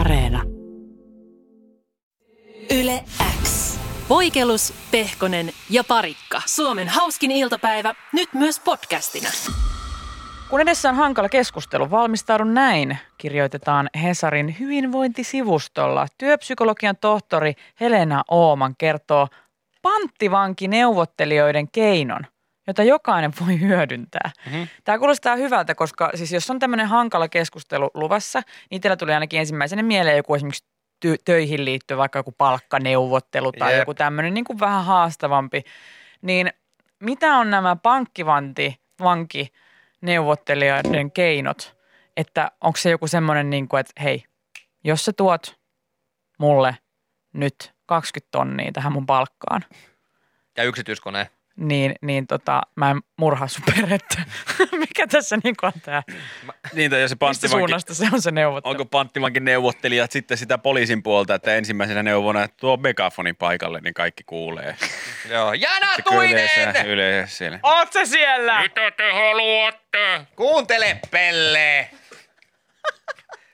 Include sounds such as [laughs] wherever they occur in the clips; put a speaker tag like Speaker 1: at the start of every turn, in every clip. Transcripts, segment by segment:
Speaker 1: Areena.
Speaker 2: Yle X. Voikelus, Pehkonen ja Parikka. Suomen hauskin iltapäivä, nyt myös podcastina.
Speaker 3: Kun edessä on hankala keskustelu, valmistaudun näin, kirjoitetaan Hesarin hyvinvointisivustolla. Työpsykologian tohtori Helena Ooman kertoo panttivankineuvottelijoiden keinon, jota jokainen voi hyödyntää. Mm-hmm. Tämä kuulostaa hyvältä, koska siis jos on tämmöinen hankala keskustelu luvassa, niin itsellä tuli ainakin ensimmäisenä mieleen joku esimerkiksi ty- töihin liittyvä vaikka joku palkkaneuvottelu tai
Speaker 4: Jep.
Speaker 3: joku tämmöinen niin kuin vähän haastavampi. Niin mitä on nämä pankkivanti, vanki, neuvottelijoiden keinot, että onko se joku semmoinen, niin kuin, että hei, jos sä tuot mulle nyt 20 tonnia tähän mun palkkaan,
Speaker 4: Ja yksityiskone.
Speaker 3: niin, niin tota, mä en murhaa sun perhettä. [laughs] Mikä tässä niin on tämä?
Speaker 5: Niin, tai ja se
Speaker 3: Mistä
Speaker 5: panttivanki,
Speaker 3: suunnasta se on se neuvottelu?
Speaker 5: onko panttivankin neuvottelijat sitten sitä poliisin puolta, että ensimmäisenä neuvona, että tuo megafoni paikalle, niin kaikki
Speaker 3: [laughs]
Speaker 5: kuulee.
Speaker 4: Joo. Jana
Speaker 5: Se Yleensä,
Speaker 4: Tuinen!
Speaker 5: yleensä siellä.
Speaker 3: Oot se siellä?
Speaker 6: Mitä te haluatte?
Speaker 4: Kuuntele, Pelle!
Speaker 6: Se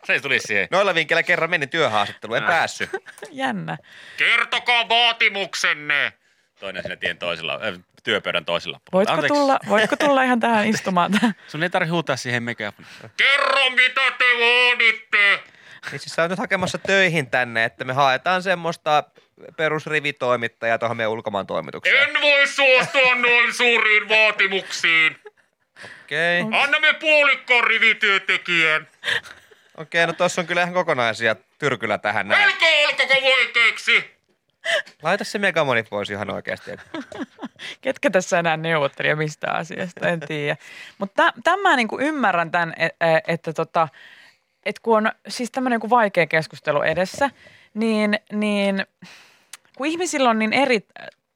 Speaker 5: siis
Speaker 6: ei tulisi siihen.
Speaker 4: Noilla vinkkeillä kerran menin työhaastatteluun, en päässyt.
Speaker 3: Jännä.
Speaker 6: Kertokaa vaatimuksenne.
Speaker 5: Toinen siinä tien toisella, äh, työpöydän toisella puolella.
Speaker 3: Voitko tulla, voitko tulla ihan tähän istumaan? Tähän?
Speaker 5: Sun ei tarvitse huutaa siihen megafoniin.
Speaker 6: Kerro mitä te vaaditte.
Speaker 4: Itse asiassa on nyt hakemassa töihin tänne, että me haetaan semmoista perusrivitoimittajaa tuohon meidän ulkomaan toimitukseen.
Speaker 6: En voi suostua noin suuriin vaatimuksiin.
Speaker 4: Okei, okay.
Speaker 6: Annamme puolikkaan rivityöntekijän.
Speaker 4: okei, no tossa on kyllä ihan kokonaisia tyrkylä tähän näin.
Speaker 6: Älkää olkako voikeiksi.
Speaker 4: Laita se megamoni pois ihan oikeasti.
Speaker 3: ketkä tässä enää neuvotteli ja mistä asiasta, en tiedä. Mutta tämän niin kuin ymmärrän tämän, e- e- että tota, et kun on siis tämmöinen niin vaikea keskustelu edessä, niin, niin kun ihmisillä on niin eri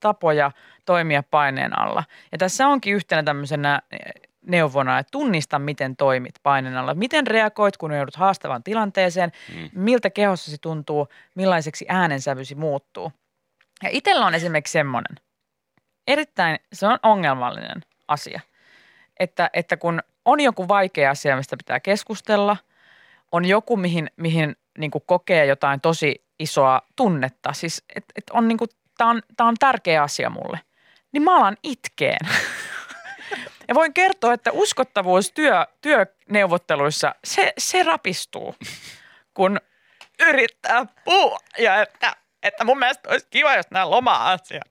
Speaker 3: tapoja toimia paineen alla. Ja tässä onkin yhtenä tämmöisenä e-, neuvona, että tunnista, miten toimit paineen alla. Miten reagoit, kun joudut haastavaan tilanteeseen, mm. miltä kehossasi tuntuu, millaiseksi äänensävysi muuttuu. Ja itsellä on esimerkiksi semmoinen, erittäin, se on ongelmallinen asia, että, että kun on joku vaikea asia, mistä pitää keskustella, on joku, mihin, mihin niin kokee jotain tosi isoa tunnetta, siis että et on niin tämä on, tää on tärkeä asia mulle, niin mä alan itkeen. Ja voin kertoa, että uskottavuus työ, työneuvotteluissa, se, se rapistuu, kun yrittää puhua ja että, että mun mielestä olisi kiva, jos nämä loma-asiat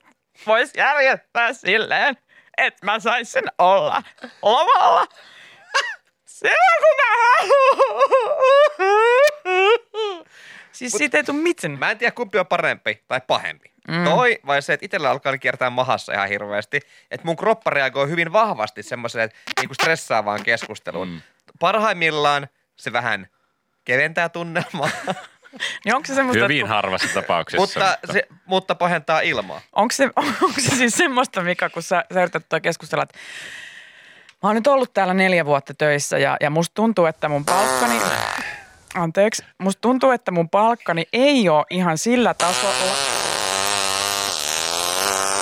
Speaker 3: voisi järjestää silleen, että mä saisin olla lomalla silloin, kun mä haluan. Siis siitä ei tule mitään.
Speaker 4: Mä en tiedä kumpi on parempi tai pahempi. Mm. Toi vai se, että itsellä alkaa kiertää mahassa ihan hirveästi. Että mun kroppa reagoi hyvin vahvasti semmoiseen niinku stressaavaan keskusteluun. Mm. Parhaimmillaan se vähän keventää [laughs] tunnelmaa,
Speaker 3: Niin onko se semmoista,
Speaker 5: Hyvin harvassa tapauksessa.
Speaker 4: mutta, se, mutta pahentaa ilmaa.
Speaker 3: Onko se, [laughs] onko se siis semmoista, Mika, kun sä, sä yrität tuota keskustella, että mä oon nyt ollut täällä neljä vuotta töissä ja, ja musta tuntuu, että mun palkkani... Anteeksi. Musta tuntuu, että mun palkkani ei ole ihan sillä tasolla...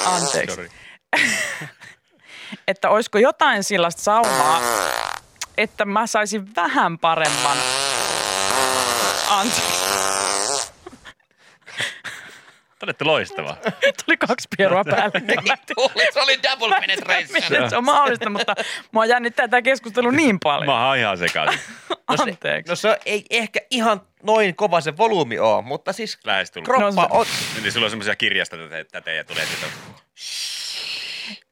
Speaker 3: Anteeksi.
Speaker 5: Sorry.
Speaker 3: [laughs] että olisiko jotain sellaista saumaa, että mä saisin vähän paremman... Anteeksi.
Speaker 5: Te olette loistava.
Speaker 3: Tuli kaksi pierua päälle.
Speaker 4: se oli double
Speaker 3: Miten se on mahdollista, mutta mua jännittää tämä keskustelu niin paljon.
Speaker 5: Mä oon ihan
Speaker 3: [laughs]
Speaker 5: sekaisin.
Speaker 3: Anteeksi.
Speaker 4: No se ei ehkä ihan noin kova se volyymi on, mutta siis
Speaker 5: Lähestulkoon.
Speaker 4: kroppa
Speaker 3: No
Speaker 4: on...
Speaker 5: Niin sulla on semmoisia kirjasta tätä, tätä ja tulee sitä.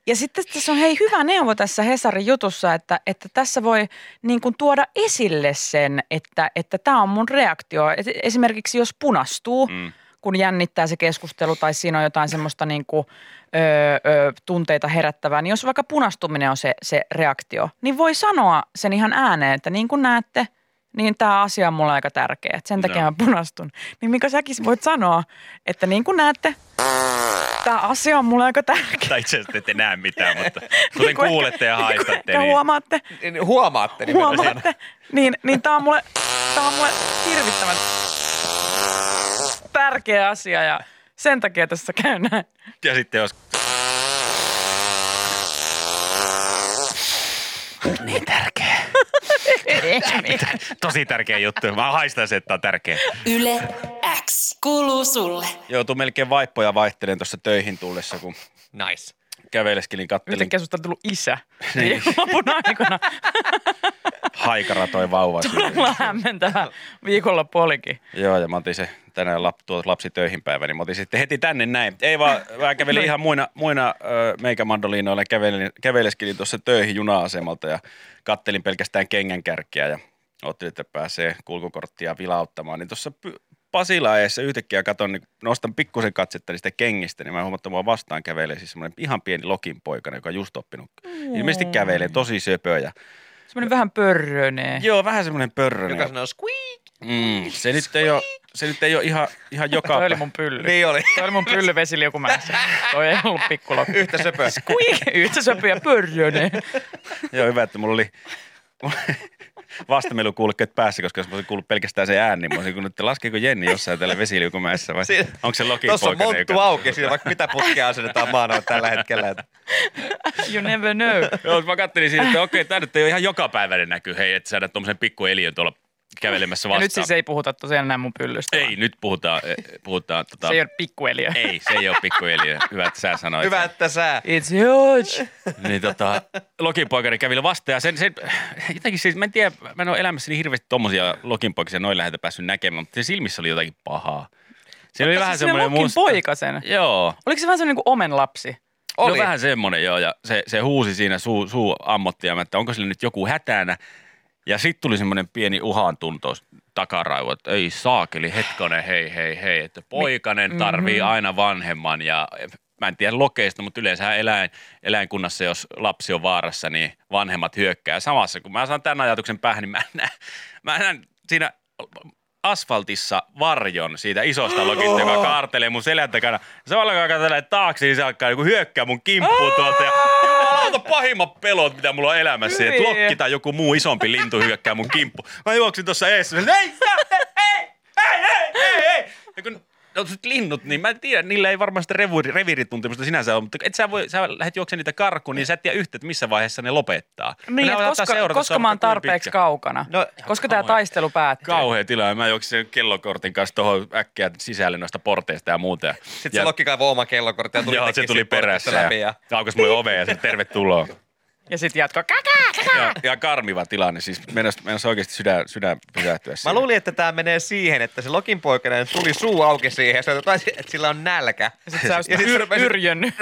Speaker 3: Ja sitten tässä on hei hyvä neuvo tässä Hesarin jutussa, että, että tässä voi niin kuin tuoda esille sen, että että tämä on mun reaktio. Et esimerkiksi jos punastuu, mm. kun jännittää se keskustelu tai siinä on jotain semmoista niin kuin, ö, ö, tunteita herättävää, niin jos vaikka punastuminen on se, se reaktio, niin voi sanoa sen ihan ääneen, että niin kuin näette, niin tämä asia on mulle aika tärkeä, että sen takia
Speaker 5: Joo.
Speaker 3: mä punastun. Niin Mika, säkin voit sanoa, että niin kuin näette, tämä asia on mulle aika tärkeä.
Speaker 5: Tai itse asiassa te ette näe mitään,
Speaker 3: [laughs]
Speaker 5: mutta
Speaker 3: Niin
Speaker 5: kuten
Speaker 3: kuin
Speaker 5: kuulette ja
Speaker 3: ehkä- niin kuin
Speaker 5: haistatte,
Speaker 3: ehkä
Speaker 5: niin
Speaker 3: huomaatte,
Speaker 4: Niin Huomaatte nimenomaan.
Speaker 3: huomaatte, niin, niin tämä on mulle, tää on mulle hirvittävän tärkeä asia ja sen takia tässä käy näin.
Speaker 5: ja sitten jos
Speaker 3: Niin tärkeä.
Speaker 5: Tosi tärkeä juttu. Mä haistan sen, että tää on tärkeä.
Speaker 2: Yle X. Kuuluu sulle.
Speaker 5: Joutuu melkein vaippoja vaihtelen tuossa töihin tullessa, kun
Speaker 4: Nice.
Speaker 5: käveleskelin, kattelin
Speaker 3: Yhtäkkiä susta on tullut isä
Speaker 5: Niin.
Speaker 3: viikonlopun aikana.
Speaker 5: haikara toi vauva.
Speaker 3: Todella hämmentävä viikonloppu olikin.
Speaker 5: Joo, ja mä otin se tänään lap, tuo lapsi töihin päivä, niin mä otin sitten heti tänne näin. Ei vaan, mä kävelin ihan muina, muina ö, meikämandoliinoilla, kävelin, käveleskelin tuossa töihin juna-asemalta ja kattelin pelkästään kengänkärkiä ja otin, että pääsee kulkukorttia vilauttamaan. Niin tuossa py- Pasilaajassa yhtäkkiä katon, niin nostan pikkusen katsetta niistä kengistä, niin mä huomaan, että mua vastaan kävelee siis semmoinen ihan pieni lokin poikana, joka on just oppinut.
Speaker 3: Mm.
Speaker 5: Ilmeisesti kävelee, tosi söpö ja
Speaker 3: Semmoinen vähän pörrönee.
Speaker 5: Joo, vähän semmoinen pörrönen.
Speaker 4: Joka sanoo squeak.
Speaker 5: Mm, se, nyt ei ole, se nyt ei ole ihan, ihan joka
Speaker 3: [laughs] Toi oli
Speaker 5: pä-
Speaker 3: mun pylly.
Speaker 4: Niin oli. [laughs]
Speaker 3: Toi oli mun pylly vesiliukumäessä. Toi ei ollut pikkulokki.
Speaker 4: Yhtä söpöä.
Speaker 3: Kui yhtä söpöjä pörrönee.
Speaker 5: [laughs] Joo, hyvä, että mulla oli vastamelukuulokkeet päässä, koska jos mä olisin kuullut pelkästään sen äänen, niin mä olisin kuullut, että laskeeko Jenni jossain täällä vesiliukumäessä vai
Speaker 4: Siinä-
Speaker 5: onko se lokin
Speaker 4: Tuossa on monttu auki, siinä vaikka mitä putkea asennetaan maana tällä hetkellä. että
Speaker 3: You never know.
Speaker 5: [laughs] Joo, mutta mä kattelin siitä, että okei, tämä nyt ei ole ihan jokapäiväinen näky, hei, että saada tuommoisen pikku eliön tuolla kävelemässä
Speaker 3: Ja
Speaker 5: vastaan.
Speaker 3: nyt siis ei puhuta tosiaan enää mun pyllystä.
Speaker 5: ei, nyt puhutaan, eh, puhutaan tota...
Speaker 3: Se ei ole pikkueliö.
Speaker 5: ei, se ei ole pikku eliö. Hyvä, että sä sanoit.
Speaker 4: Hyvä, että sä.
Speaker 3: It's huge.
Speaker 5: niin tota, lokinpoikani kävi vasta ja sen, sen, jotenkin siis, mä en tiedä, mä en ole elämässäni hirveästi tommosia lokinpoikisia noin läheltä päässyt näkemään, mutta sen silmissä oli jotakin pahaa. Se
Speaker 3: siis
Speaker 5: oli vähän semmoinen musta.
Speaker 3: poikasen.
Speaker 5: Joo,
Speaker 3: Oliko se vähän semmoinen niin kuin omen lapsi?
Speaker 5: oli.
Speaker 4: Oli.
Speaker 5: No vähän semmoinen joo, ja se, se huusi siinä suu, suu ammotti, ja mä, että onko sillä nyt joku hätänä. Ja sitten tuli semmoinen pieni uhan tunto takaraivo, että ei saakeli, hetkonen, hei, hei, hei, että poikainen tarvii aina vanhemman ja mä en tiedä lokeista, mutta yleensä eläin, eläinkunnassa, jos lapsi on vaarassa, niin vanhemmat hyökkää. Samassa, kun mä saan tämän ajatuksen päähän, niin mä näen, mä näen siinä asfaltissa varjon siitä isosta lokista, oh. joka kaartelee mun selän takana. Samalla kun alkaa tällä taakse, niin se alkaa joku hyökkää mun kimppuun tuolta. Ja jumalauta pahimmat pelot, mitä mulla on elämässä. Että
Speaker 3: Hyviä.
Speaker 5: lokki tai joku muu isompi lintu hyökkää mun kimppu. Mä juoksin tuossa eessä. Ei, ei, ei, ei, ei, ei. Ja kun ne on sit linnut, niin mä en tiedä, niillä ei varmaan sitä revuiri- reviirituntemusta sinänsä ole, mutta et sä, voi, sä lähdet juoksemaan niitä karkuun, niin sä et tiedä yhtä, että missä vaiheessa ne lopettaa. Ne
Speaker 3: Niin, että
Speaker 5: saattaa
Speaker 3: koska,
Speaker 5: seurata
Speaker 3: koska
Speaker 5: sua
Speaker 3: mä oon
Speaker 5: vaikka kuinka
Speaker 3: tarpeeksi
Speaker 5: pitkään.
Speaker 3: kaukana.
Speaker 4: No,
Speaker 3: koska tämä
Speaker 5: kauhean.
Speaker 3: taistelu päättyy.
Speaker 5: Kauhea tilanne. Mä juoksin kellokortin kanssa tuohon äkkiä sisälle noista porteista ja muuta. Ja,
Speaker 4: Sitten se lokki kaivoi oman kellokortin ja tuli
Speaker 5: joo, se
Speaker 4: teki
Speaker 5: tuli
Speaker 4: sit portista
Speaker 5: perässä ja,
Speaker 4: läpi ja...
Speaker 5: aukas mulle ove ja se tervetuloa.
Speaker 3: Ja sitten jatko. Kakaa, kakaa.
Speaker 5: Ja, ja karmiva tilanne, siis meidän meidän oikeasti sydän, sydän pysähtyä
Speaker 4: Mä
Speaker 5: siihen.
Speaker 4: luulin, että tämä menee siihen, että se lokin poikainen tuli suu auki siihen ja sanoi, että sillä on nälkä.
Speaker 3: Sitten sä olisit
Speaker 4: Ja sit sä
Speaker 3: yr-
Speaker 4: rupesit-
Speaker 3: yrjönnyt.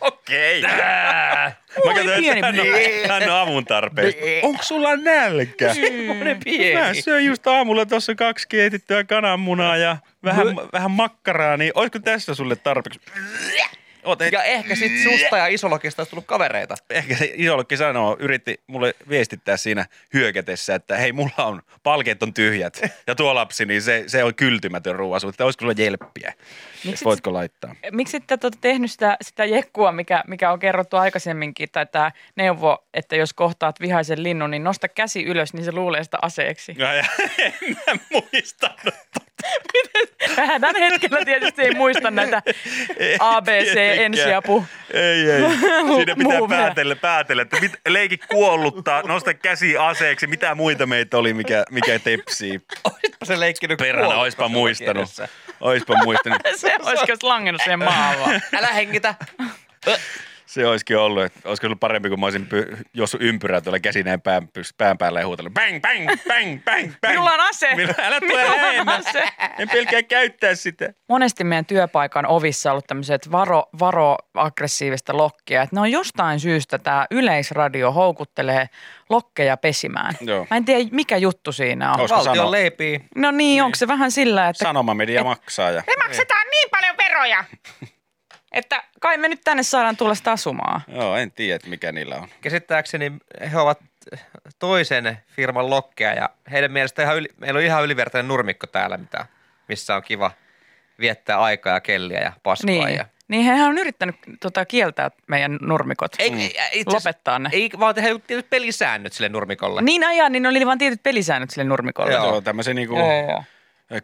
Speaker 4: Okei.
Speaker 5: Tää! Mä katsoin,
Speaker 3: pieni
Speaker 5: että hän on, hän on avun tarpeessa. Niin. Onko sulla nälkä?
Speaker 3: Semmoinen
Speaker 4: Mm.
Speaker 5: Mä
Speaker 3: pieni.
Speaker 5: söin just aamulla tuossa kaksi keitettyä kananmunaa ja vähän, vähän makkaraa, niin olisiko tässä sulle tarpeeksi? Oot-
Speaker 4: Ja ehkä sit
Speaker 5: Mm.
Speaker 4: susta ja isolokista olisi tullut
Speaker 5: [laughs]
Speaker 4: kavereita.
Speaker 5: ehkä se isolokki sanoo, yritti mulle viestittää siinä hyökätessä, että hei, mulla on, palkeet on tyhjät. Ja tuo lapsi, niin se, se on kyltymätön ruoasu, että olisiko sulla jelppiä.
Speaker 3: sit-
Speaker 5: Miksi voitko laittaa?
Speaker 3: Miksi ette ole tehnyt sitä, sitä jekkua, mikä, mikä on kerrottu aikaisemminkin, tai tämä neuvo, että jos kohtaat vihaisen linnun, niin nosta käsi ylös, niin se luulee sitä
Speaker 5: [laughs]
Speaker 3: aseeksi.
Speaker 5: No, Ja, ja, en mä muistanut.
Speaker 3: Tämän hetkellä tietysti ei muista näitä ABC [laughs] ensiapu.
Speaker 5: Ei, ei. Siinä pitää
Speaker 3: Muu-
Speaker 5: päätellä, päätellä, että mit, leiki kuolluttaa, nosta käsi aseeksi. Mitä muita meitä oli, mikä, mikä tepsii?
Speaker 4: Oispa se leikkinyt
Speaker 5: Perhana,
Speaker 4: kuollutta
Speaker 5: oispa
Speaker 4: siellä
Speaker 5: muistanut.
Speaker 4: kielessä.
Speaker 5: Oispa muistanut.
Speaker 3: Se olisiko langennut siihen maahan vaan.
Speaker 4: Älä hengitä.
Speaker 5: Se olisikin ollut, että olisiko ollut parempi, kun mä olisin py- juossut ympyrää tuolla käsi näin pään, pys- pään päällä ja huutellut bang, bang, bang, bang, bang.
Speaker 3: Minulla on ase.
Speaker 5: Minulla, älä tule
Speaker 3: Minulla on
Speaker 5: lähemmäs.
Speaker 3: ase.
Speaker 5: En pelkää käyttää sitä.
Speaker 3: monesti meidän työpaikan ovissa ollut tämmöiset varo, varo aggressiivista lokkia. Että ne on jostain syystä tämä yleisradio houkuttelee lokkeja pesimään.
Speaker 5: Joo.
Speaker 3: Mä en tiedä mikä juttu siinä on.
Speaker 5: Ois- Olisiko
Speaker 4: Valtion
Speaker 5: sanoa?
Speaker 4: leipii.
Speaker 3: No niin, onko se vähän sillä, että
Speaker 5: Sanomamedia maksaa ja...
Speaker 3: me maksetaan niin paljon veroja, että kai me nyt tänne saadaan tulla sitä asumaan.
Speaker 5: Joo, en tiedä, että mikä niillä on.
Speaker 4: Käsittääkseni he ovat toisen firman lokkeja ja heidän mielestä ihan yli, meillä on ihan ylivertainen nurmikko täällä, mitä, missä on kiva viettää aikaa ja kelliä ja paskaa.
Speaker 3: Niin.
Speaker 4: Ja
Speaker 3: Niin hehän on yrittänyt tota, kieltää meidän nurmikot.
Speaker 4: Ei, mm. itse
Speaker 3: Lopettaa ne.
Speaker 4: Ei, vaan tehdä jotkut tietyt pelisäännöt sille nurmikolle.
Speaker 3: Niin ajaa, niin oli vaan tietyt pelisäännöt sille nurmikolle.
Speaker 5: Joo.
Speaker 4: Joo.
Speaker 5: Joo, tämmöisen niinku
Speaker 3: Joo, joo.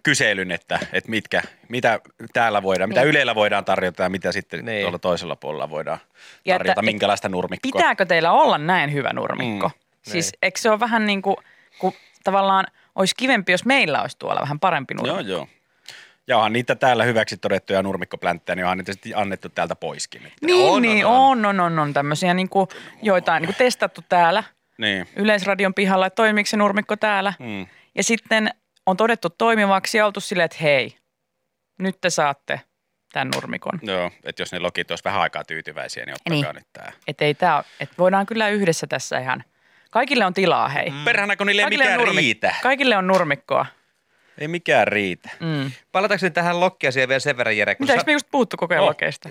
Speaker 5: kyselyn, että, että mitkä, mitä täällä voidaan,
Speaker 3: Niin.
Speaker 5: mitä Ylellä voidaan tarjota ja mitä sitten
Speaker 4: Niin.
Speaker 5: tuolla toisella puolella voidaan
Speaker 3: Ja
Speaker 5: tarjota,
Speaker 3: että-
Speaker 5: minkälaista nurmikkoa.
Speaker 3: Pitääkö teillä olla näin hyvä nurmikko?
Speaker 5: Mm.
Speaker 3: Siis eikö se ole vähän niin kuin, kun tavallaan olisi kivempi, jos meillä olisi tuolla vähän parempi nurmi.
Speaker 5: Joo, joo. Ja onhan niitä täällä hyväksi todettuja nurmikkopläntejä, niin onhan niitä sitten annettu täältä poiskin. Nyt.
Speaker 3: Niin,
Speaker 4: On,
Speaker 3: on,
Speaker 4: on,
Speaker 3: niin, on,
Speaker 4: on.
Speaker 3: on, on, on tämmöisiä niin kuin, joitain niin kuin testattu täällä
Speaker 5: Niin.
Speaker 3: Yleisradion pihalla, että toimiiko se nurmikko täällä.
Speaker 5: Mm.
Speaker 3: Ja sitten on todettu toimivaksi ja oltu silleen, että hei, nyt te saatte tämän nurmikon.
Speaker 5: Joo, että jos ne lokit olisi vähän aikaa tyytyväisiä, niin ottakaa
Speaker 3: Niin.
Speaker 5: niin. nyt tää.
Speaker 3: Että ei tää, että voidaan kyllä yhdessä tässä ihan, kaikille on tilaa hei.
Speaker 5: Perhana, kun niille Mm. ei
Speaker 3: Kaikille
Speaker 5: mikään
Speaker 3: on nurmi-
Speaker 5: riitä.
Speaker 3: Kaikille on nurmikkoa.
Speaker 5: Ei mikään riitä.
Speaker 3: Mm.
Speaker 4: Palatakseni tähän lokkiasiaan vielä sen verran, Jere. kun
Speaker 3: Mitä,
Speaker 4: sä-
Speaker 3: eikö me just puhuttu koko ajan
Speaker 5: Oh.
Speaker 3: lokeista?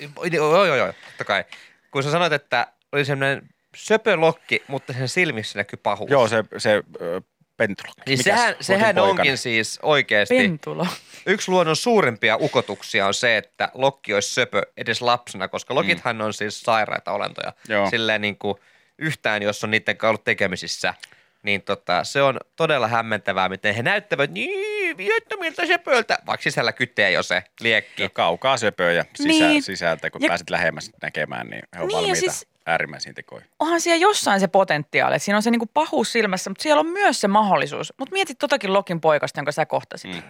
Speaker 4: Joo, joo, joo, joo, totta kai. Kun sä sanoit, että oli semmoinen söpölokki, mutta sen silmissä näkyy pahuus.
Speaker 5: Joo, se, se ö, pentulokki.
Speaker 4: Niin
Speaker 5: Mikäs
Speaker 4: sehän,
Speaker 5: Lotin
Speaker 4: sehän
Speaker 5: poikanen?
Speaker 4: onkin siis oikeasti.
Speaker 3: Pentulo.
Speaker 4: Yksi luonnon suurimpia ukotuksia on se, että lokki olisi söpö edes lapsena, koska lokithan on siis sairaita olentoja.
Speaker 5: Joo.
Speaker 4: Silleen niin kuin yhtään, jos on niiden kanssa ollut tekemisissä, niin tota, se on todella hämmentävää, miten he näyttävät niin viettomilta söpöltä, vaikka sisällä kytee jo se liekki.
Speaker 5: Ja kaukaa söpöä ja sisä,
Speaker 3: Niin.
Speaker 5: niin. sisältä, kun
Speaker 3: Ja-
Speaker 5: ja... pääset lähemmäs näkemään, niin he
Speaker 3: Niin,
Speaker 5: on niin,
Speaker 3: ja
Speaker 5: valmiita
Speaker 3: siis-
Speaker 5: siis... äärimmäisiin tekoihin.
Speaker 3: Onhan siellä jossain se potentiaali, että siinä on se niinku pahuus silmässä, mutta siellä on myös se mahdollisuus. Mutta mietit totakin Lokin poikasta, jonka sä kohtasit. Mm.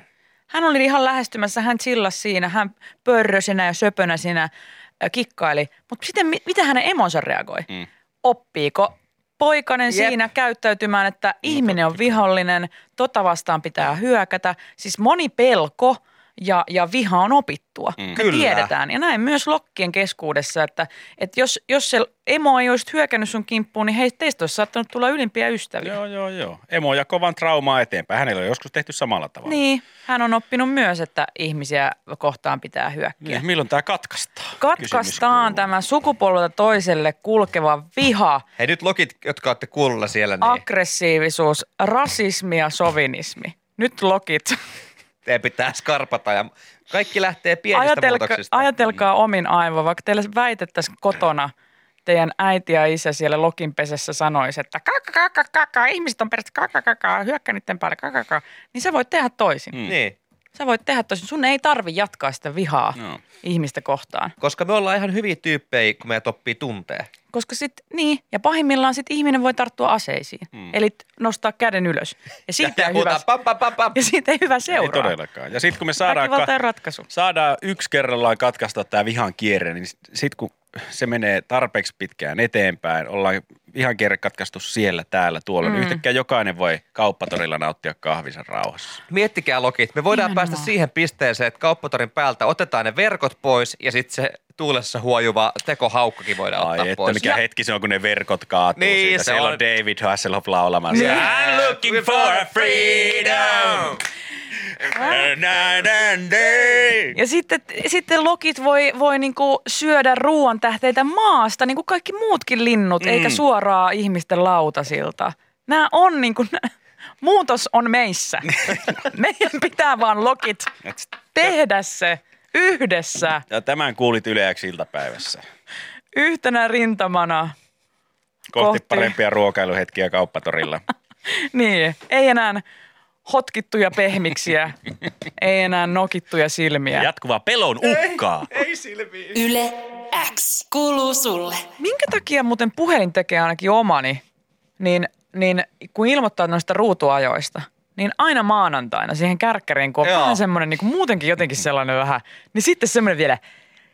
Speaker 3: Hän oli ihan lähestymässä, hän chillasi siinä, hän pörrösinä ja söpönä siinä äh, kikkaili. Mutta sitten mi- miten hänen emonsa reagoi? Mm.
Speaker 5: Mm.
Speaker 3: Oppiiko poikainen
Speaker 4: Jep.
Speaker 3: siinä käyttäytymään, että ihminen on vihollinen, tota vastaan pitää hyökätä. Siis moni pelko ja, ja viha on opittua. Mm. Me
Speaker 4: Kyllä.
Speaker 3: tiedetään. Ja näin myös lokkien keskuudessa, että, että jos, jos se emo ei olisi hyökännyt sun kimppuun, niin hei, teistä olisi saattanut tulla ylimpiä ystäviä.
Speaker 5: Joo, joo, joo. Emo ja kovan traumaa eteenpäin. Hänellä on joskus tehty samalla tavalla.
Speaker 3: Niin, hän on oppinut myös, että ihmisiä kohtaan pitää hyökkiä.
Speaker 5: Niin, milloin tämä katkaistaan?
Speaker 3: Katkaistaan
Speaker 5: Kysymys
Speaker 3: tämä sukupolvelta toiselle kulkeva viha,
Speaker 5: Niin.
Speaker 4: Hei nyt lokit, jotka olette kuulla siellä, niin
Speaker 3: aggressiivisuus, rasismi ja sovinismi. Nyt lokit.
Speaker 4: te pitää skarpata ja kaikki lähtee pienistä
Speaker 3: Ajatelka,
Speaker 4: muutoksista.
Speaker 3: ajatelkaa omin aivo, vaikka teille väitettäisiin kotona, teidän äiti ja isä siellä lokinpesessä sanoisi, että kakka, kakka, kakka, ihmiset on perästä kakka, kakka, hyökkä niiden päälle, kakka, kakka, niin sä voit tehdä toisin.
Speaker 5: Mm.
Speaker 4: Niin,
Speaker 3: Sä voit tehdä toisin. Sun ei tarvi jatkaa sitä vihaa
Speaker 5: Joo.
Speaker 3: ihmistä kohtaan.
Speaker 4: koska me ollaan ihan hyviä tyyppejä, kun meidät oppii tuntee.
Speaker 3: Koska sit, niin, ja pahimmillaan sit ihminen voi tarttua aseisiin. Mm. Eli t- nostaa käden ylös. Ja siitä, ei, hyvä,
Speaker 4: huutaa pam, pam, pam, pam.
Speaker 3: [laughs] ja siitä ei hyvä
Speaker 5: kuuluu. Ei
Speaker 3: seuraa.
Speaker 5: todellakaan. Ja sitten kun me saadaan,
Speaker 3: Väkivalta ei
Speaker 5: ka-
Speaker 3: ratkaisu.
Speaker 5: saadaan yksi kerrallaan katkaista tämä vihan kierre, niin sitten kun se menee tarpeeksi pitkään eteenpäin, ollaan vihan kierre katkaistu siellä, täällä, tuolla, mm. niin yhtäkkiä jokainen voi kauppatorilla nauttia kahvinsa rauhassa.
Speaker 4: Miettikää lokit, me voidaan
Speaker 3: Nimenomaan.
Speaker 4: Nimenomaan. päästä siihen pisteeseen, että kauppatorin päältä otetaan ne verkot pois ja sitten se tuulessa huojuva tekohaukkakin voidaan
Speaker 5: Ai,
Speaker 4: ottaa
Speaker 5: että
Speaker 4: pois.
Speaker 5: mikä hetki se on, kun ne verkot kaatuu
Speaker 4: Niin,
Speaker 5: siitä.
Speaker 4: se
Speaker 5: Siellä on
Speaker 4: on-
Speaker 5: David Hasselhoff laulamassa.
Speaker 3: Niin.
Speaker 5: I'm looking for a freedom. Night and day.
Speaker 3: Ja sitten, sitten lokit voi, voi niinku syödä ruoan tähteitä maasta, niin kuin kaikki muutkin linnut, mm. eikä suoraan ihmisten lautasilta. Nämä on niinku, nä- muutos on meissä. Meidän pitää vaan lokit tehdä se yhdessä,
Speaker 5: Ja tämän kuulit yleäksi iltapäivässä.
Speaker 3: yhtenä rintamana.
Speaker 5: Kohti,
Speaker 3: Kohti.
Speaker 5: parempia
Speaker 4: [laughs]
Speaker 5: ruokailuhetkiä kauppatorilla.
Speaker 3: Niin, ei enää hotkittuja pehmiksiä, ei enää nokittuja silmiä.
Speaker 5: Jatkuvaa pelon uhkaa.
Speaker 2: Yle X kuuluu sulle.
Speaker 3: Minkä takia muuten puhelin tekee ainakin omani, niin, niin kun ilmoittaa noista ruutuajoista, niin aina maanantaina siihen kärkkäriin, kun on
Speaker 4: Joo.
Speaker 3: vähän semmoinen niin muutenkin jotenkin sellainen vähän, niin sitten semmoinen vielä,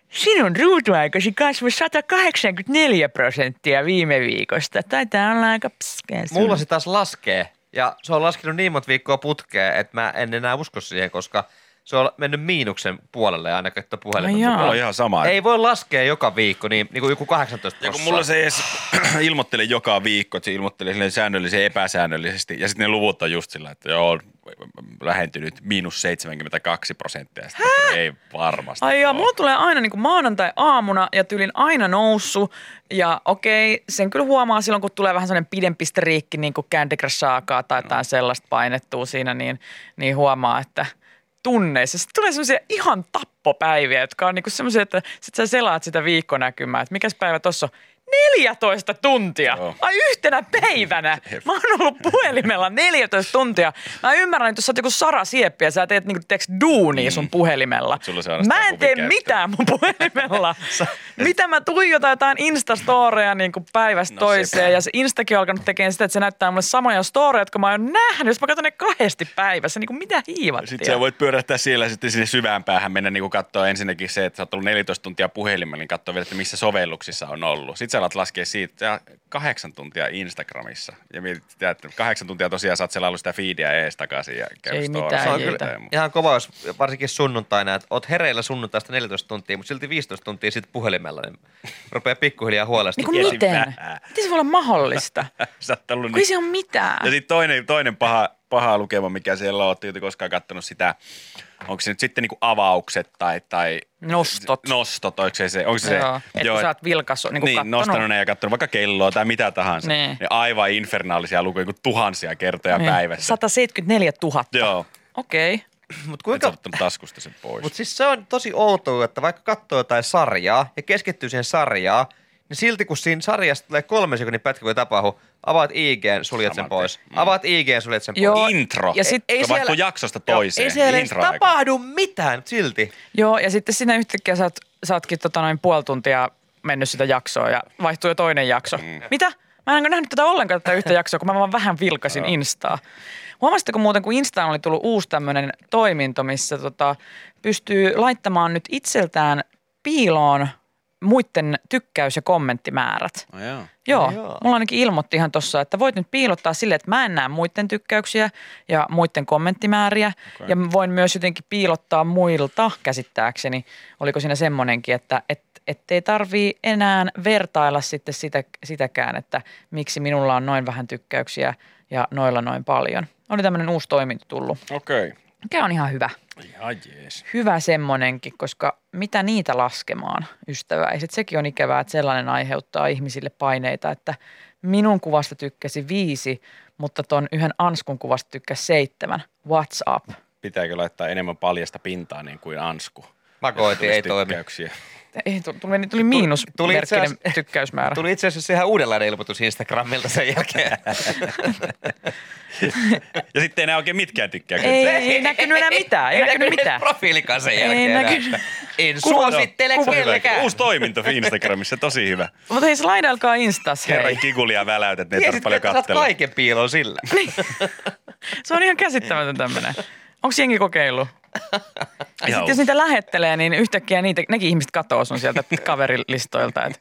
Speaker 3: sinun ruutuaikasi kasvoi 184 prosenttia viime viikosta. Taitaa olla aika pskeä sun.
Speaker 4: Mulla se taas laskee ja se on laskenut niin monta viikkoa putkeen, että mä en enää usko siihen, koska se on mennyt miinuksen puolelle aina että
Speaker 3: Ai
Speaker 4: puhelimen
Speaker 3: jaa.
Speaker 5: Mulla
Speaker 4: mukaan.
Speaker 5: on ihan sama.
Speaker 4: Ei voi laskea joka viikko, niin, niin kuin joku 18
Speaker 5: ja kun
Speaker 4: prossaa.
Speaker 5: mulla se ei edes [clears throat] ilmoittele joka viikko, että se ilmoittelee silleen säännöllisesti ja epäsäännöllisesti. Ja sitten ne luvut on just sillä, että joo, lähentynyt miinus 72 prosenttia. Sitten ei varmasti.
Speaker 3: Ai jaa,
Speaker 5: oo.
Speaker 3: mulla tulee aina niin maanantai-aamuna ja tyylin aina noussut. Ja okei, sen kyllä huomaa silloin, kun tulee vähän sellainen pidempi striikki, niin kuin Candy Crush Saakaa tai jotain sellaista painettua siinä, niin, niin huomaa, että tunneissa. Sitten tulee semmoisia ihan tappopäiviä, jotka on niinku semmoisia, että sit sä selaat sitä viikkonäkymää, että mikäs päivä tossa on. 14 tuntia.
Speaker 5: Joo.
Speaker 3: Ai yhtenä päivänä. Mä oon ollut puhelimella 14 tuntia. Mä ymmärrän, että jos sä oot joku Sara Sieppi ja sä teet niinku, tiiäks, duunia sun puhelimella.
Speaker 5: Sulla se aina sitä
Speaker 3: Mä en tee
Speaker 5: huvikäyttöä.
Speaker 3: mitään mun
Speaker 5: [laughs]
Speaker 3: puhelimella. Mitä mä tuijotan jotain Instastoreja niinku päivästä
Speaker 5: No
Speaker 3: toiseen.
Speaker 5: sepä.
Speaker 3: Ja se Instakin on alkanut tekemään sitä, että se näyttää mulle samoja storeja, jotka mä oon nähnyt. Jos mä katson ne kahdesti päivässä, niinku mitä hiivattia.
Speaker 5: Sitten sä voit pyörähtää siellä sitten sinne syvään päähän, mennä niin katsoa ensinnäkin se, että sä oot ollut 14 tuntia puhelimella, niin katsoa vielä, että missä sovelluksissa on ollut. Sitten sä alat laskea siitä ja kahdeksan tuntia Instagramissa. Ja mietit, sitä, että kahdeksan tuntia tosiaan saat selaillut sitä feedia ees takaisin ja käy
Speaker 3: Ei
Speaker 5: storessa
Speaker 3: mitään
Speaker 4: Se on
Speaker 5: ja
Speaker 4: kyllä
Speaker 3: jeitä.
Speaker 5: jotain muuta. [laughs]
Speaker 4: ihan kova, jos varsinkin sunnuntaina, että oot hereillä sunnuntaista 14 tuntia, mutta silti 15 tuntia sitten puhelimella, niin rupeaa pikkuhiljaa
Speaker 3: Niin
Speaker 4: huolestumaan.
Speaker 3: kuin
Speaker 5: Tiesi
Speaker 3: miten?
Speaker 5: vähän.
Speaker 3: Miten se voi olla
Speaker 5: [laughs]
Speaker 3: mahdollista?
Speaker 5: Sä oot ollut
Speaker 3: Kun ei
Speaker 5: niin-
Speaker 3: se ole mitään.
Speaker 5: Ja sitten toinen, toinen paha, paha lukema, mikä siellä on, ootteko koskaan katsonut sitä, onko se nyt sitten niinku avaukset tai, tai
Speaker 3: Nostot.
Speaker 5: nostot, onko se se, onko No se,
Speaker 3: Joo,
Speaker 5: se
Speaker 3: että sä oot vilkassu, niin
Speaker 5: niin,
Speaker 3: kuin
Speaker 5: niin nostanut ne ja katsonut vaikka kelloa tai mitä tahansa.
Speaker 3: Niin.
Speaker 5: Ne aivan infernaalisia lukuja, kuin tuhansia kertoja
Speaker 3: Niin.
Speaker 5: päivässä.
Speaker 3: 174 000.
Speaker 5: Joo,
Speaker 3: Okei. Okay.
Speaker 4: Mut
Speaker 5: et sä
Speaker 4: kuinka,
Speaker 5: ottanut taskusta sen pois.
Speaker 4: Mutta siis se on tosi outoa, että vaikka katsoo jotain sarjaa ja keskittyy siihen sarjaan, niin silti kun siinä sarjasta tulee kolme sekunnin pätkä, kun ei tapahdu, avaat IG, suljet sen
Speaker 5: Saman
Speaker 4: pois.
Speaker 5: tien. Mm.
Speaker 4: Avaat IG, suljet sen
Speaker 3: Joo.
Speaker 4: pois.
Speaker 5: intro.
Speaker 3: Ja sit-
Speaker 5: ei
Speaker 4: ei
Speaker 5: se siellä...
Speaker 4: siellä-
Speaker 5: jaksosta toiseen.
Speaker 4: Ei siellä edes
Speaker 5: Intro-aika.
Speaker 4: tapahdu mitään, mut silti.
Speaker 3: Joo, ja sitten sinne yhtäkkiä sä, oot, sä ootkin tota noin puoli tuntia mennyt sitä jaksoa ja vaihtuu jo toinen jakso. Mm. Mitä? Mä en nähnyt tätä ollenkaan tätä yhtä jaksoa, kun mä vaan vähän vilkasin Instaa. Huomasitteko muuten, kun Instaan oli tullut uusi tämmöinen toiminto, missä tota, pystyy laittamaan nyt itseltään piiloon muiden tykkäys- ja kommenttimäärät.
Speaker 5: No joo.
Speaker 3: Joo,
Speaker 4: Joo.
Speaker 3: mulla ainakin ilmoitti ihan tuossa, että voit nyt piilottaa silleen, että mä en näe muiden tykkäyksiä ja muiden kommenttimääriä. Okay. Ja mä voin myös jotenkin piilottaa muilta käsittääkseni. Oliko siinä semmoinenkin, että et, ettei tarvii enää vertailla sitten sitä, sitäkään, että miksi minulla on noin vähän tykkäyksiä ja noilla noin paljon. Oli tämmöinen uusi toiminto tullut,
Speaker 5: Okei. Okay.
Speaker 3: mikä on ihan hyvä.
Speaker 5: Ihan jees.
Speaker 3: Hyvä semmoinenkin, koska mitä niitä laskemaan, ystäväiset? Sekin on ikävää, että sellainen aiheuttaa ihmisille paineita, että minun kuvasta tykkäsi viisi, mutta ton yhden Anskun kuvasta tykkäsi seitsemän. What's up?
Speaker 5: Pitääkö laittaa enemmän paljasta pintaa niin kuin Ansku?
Speaker 4: Makointi ei
Speaker 5: Tulisi
Speaker 4: toimi.
Speaker 5: tykkäyksiä.
Speaker 3: Ei, tu- tuli, tuli miinus
Speaker 4: tuli
Speaker 3: tuli
Speaker 4: itse asiassa-
Speaker 3: tykkäysmäärä.
Speaker 4: Tuli itse asiassa ihan uudenlainen ilmoitus Instagramilta sen jälkeen.
Speaker 5: [laughs] Ja sitten ei enää oikein mitkään tykkäyksiä.
Speaker 3: Ei, ei näkynyt enää mitään. Ei, näkynyt
Speaker 4: edes
Speaker 3: mitään.
Speaker 4: profiilikaan sen
Speaker 3: Ei
Speaker 4: jälkeen. enää,
Speaker 3: näkynyt.
Speaker 4: että En
Speaker 3: Kuva-
Speaker 4: suosittele
Speaker 3: kuva-
Speaker 5: Hyvä.
Speaker 4: kellekään.
Speaker 5: Uusi toiminto Instagramissa, tosi hyvä.
Speaker 3: Mutta hei, slaidailkaa Instas, hei.
Speaker 5: Kerran kikulia väläytät, ne ei tarvitse
Speaker 4: Tiesit,
Speaker 5: paljon
Speaker 4: että saat
Speaker 5: katsella.
Speaker 4: kaiken piiloon sillä.
Speaker 3: [laughs] Se on ihan käsittämätön tämmöinen. Onko jengi kokeillut? Ja
Speaker 5: Ihan
Speaker 3: sitten jos niitä lähettelee, niin yhtäkkiä niitä, nekin ihmiset katoo sun sieltä kaverilistoilta. Et.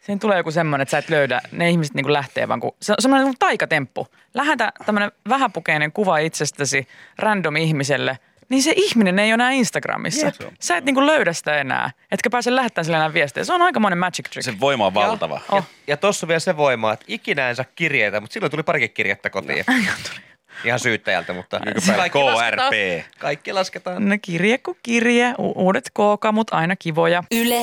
Speaker 3: Siinä tulee joku semmoinen, että sä et löydä, ne ihmiset niin lähtee vaan kun, se on semmoinen niin taikatemppu. Lähetä tämmöinen vähäpukeinen kuva itsestäsi random ihmiselle, niin se ihminen ei ole enää Instagramissa. Sä et niin löydä sitä enää, etkä pääse lähettämään sille enää viestejä. Se on aikamoinen magic trick.
Speaker 5: Sen voima on valtava.
Speaker 3: Oh.
Speaker 4: Ja tossa on vielä se voima, että ikinä en saa kirjeitä, mutta silloin tuli parikin kirjettä kotiin. Ihan syyttäjältä, mutta
Speaker 5: Nykypäivä
Speaker 4: lasketaan.
Speaker 5: KRP.
Speaker 4: Kaikki lasketaan.
Speaker 3: No kirje kuin kirje, u- uudet kookamut aina kivoja.
Speaker 2: Yle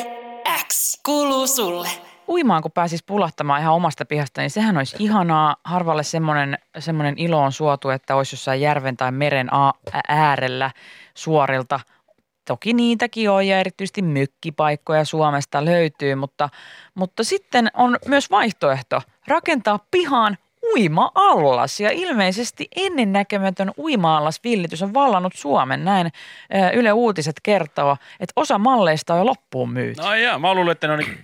Speaker 2: X kuuluu sulle.
Speaker 3: uimaan, kun pääsis pulahtamaan ihan omasta pihasta, niin sehän olisi ihanaa. Harvalle semmoinen, semmoinen ilo on suotu, että olisi jossain järven tai meren a- ä- äärellä suorilta. Toki niitäkin on ja erityisesti mykkipaikkoja Suomesta löytyy, mutta, mutta sitten on myös vaihtoehto rakentaa pihaan uima-allas ja ilmeisesti ennennäkemätön uima-allasvillitys on vallannut Suomen. Näin ö, Yle Uutiset kertoo, että osa malleista on jo loppuun myyty.
Speaker 5: No joo, mä luulen, että ne on niin,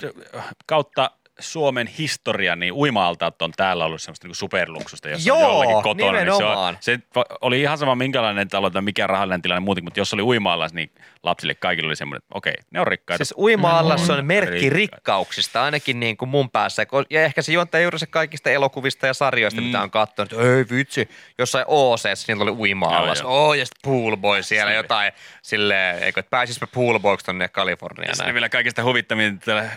Speaker 5: kautta Suomen historia, niin uima-altaat on täällä ollut semmoista niin superluksusta, jos
Speaker 4: Joo,
Speaker 5: on jollakin kotona.
Speaker 4: nimenomaan.
Speaker 5: Niin se, on, se va- oli ihan sama minkälainen talo tai mikä rahallinen tilanne muutenkin, mutta jos oli uima niin lapsille kaikille oli semmoinen, että okei, ne on rikkaita.
Speaker 4: Siis uima-allas on merkki
Speaker 5: Rikkaita.
Speaker 4: rikkauksista, ainakin niin kuin mun päässä. Ko- Ja ehkä se juontaa juuri se kaikista elokuvista ja sarjoista, mm. mitä on katsonut. Ei vitsi, jossain OC, niillä niin oli uima-allas.
Speaker 5: Joo,
Speaker 4: Oo, ja sitten poolboy siellä
Speaker 5: Siinä.
Speaker 4: jotain. Silleen, eikö, että pääsispä poolboyksi tonne Kaliforniaan.
Speaker 5: Ja sitten
Speaker 4: näin.
Speaker 5: Siis vielä kaikista huvittaminta täällä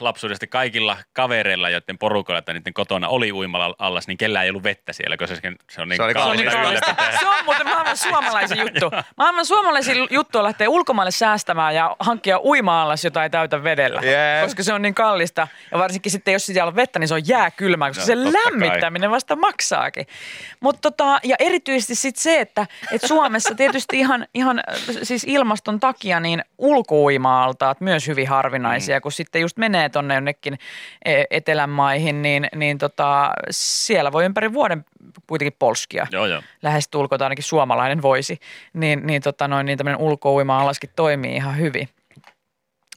Speaker 5: lapsuudesta kaikilla kavereilla, joiden porukoilla tai niiden kotona oli uimalla allas, niin kellään ei ollut vettä siellä, koska se, se on niin
Speaker 4: Se oli
Speaker 5: kallista
Speaker 3: Se on, niin
Speaker 4: kallista.
Speaker 3: [laughs]
Speaker 5: ylläpitää.
Speaker 3: kallista. se on muuten maailman suomalaisin juttu. Maailman suomalaisin juttu on lähteä ulkomaille säästämään ja hankkia uima-allas, jota ei täytä vedellä.
Speaker 4: Jep.
Speaker 3: Koska se on niin kallista. Ja varsinkin sitten, jos siellä on vettä, niin se on jääkylmää, koska
Speaker 5: No,
Speaker 3: se
Speaker 5: totta kai.
Speaker 3: lämmittäminen vasta maksaakin. Mut tota, ja erityisesti sitten se, että et Suomessa tietysti ihan, ihan äh, siis ilmaston takia niin ulkouima-altaat myös hyvin harvinaisia, kun sitten just menee tonne jonnekin e- etelän maihin, niin, niin tota, siellä voi ympäri vuoden kuitenkin polskia.
Speaker 5: Joo, joo.
Speaker 3: lähes tulkoon, tai ainakin suomalainen voisi, niin, niin, tota noin, niin tämmöinen ulkouima alaskin toimii ihan hyvin.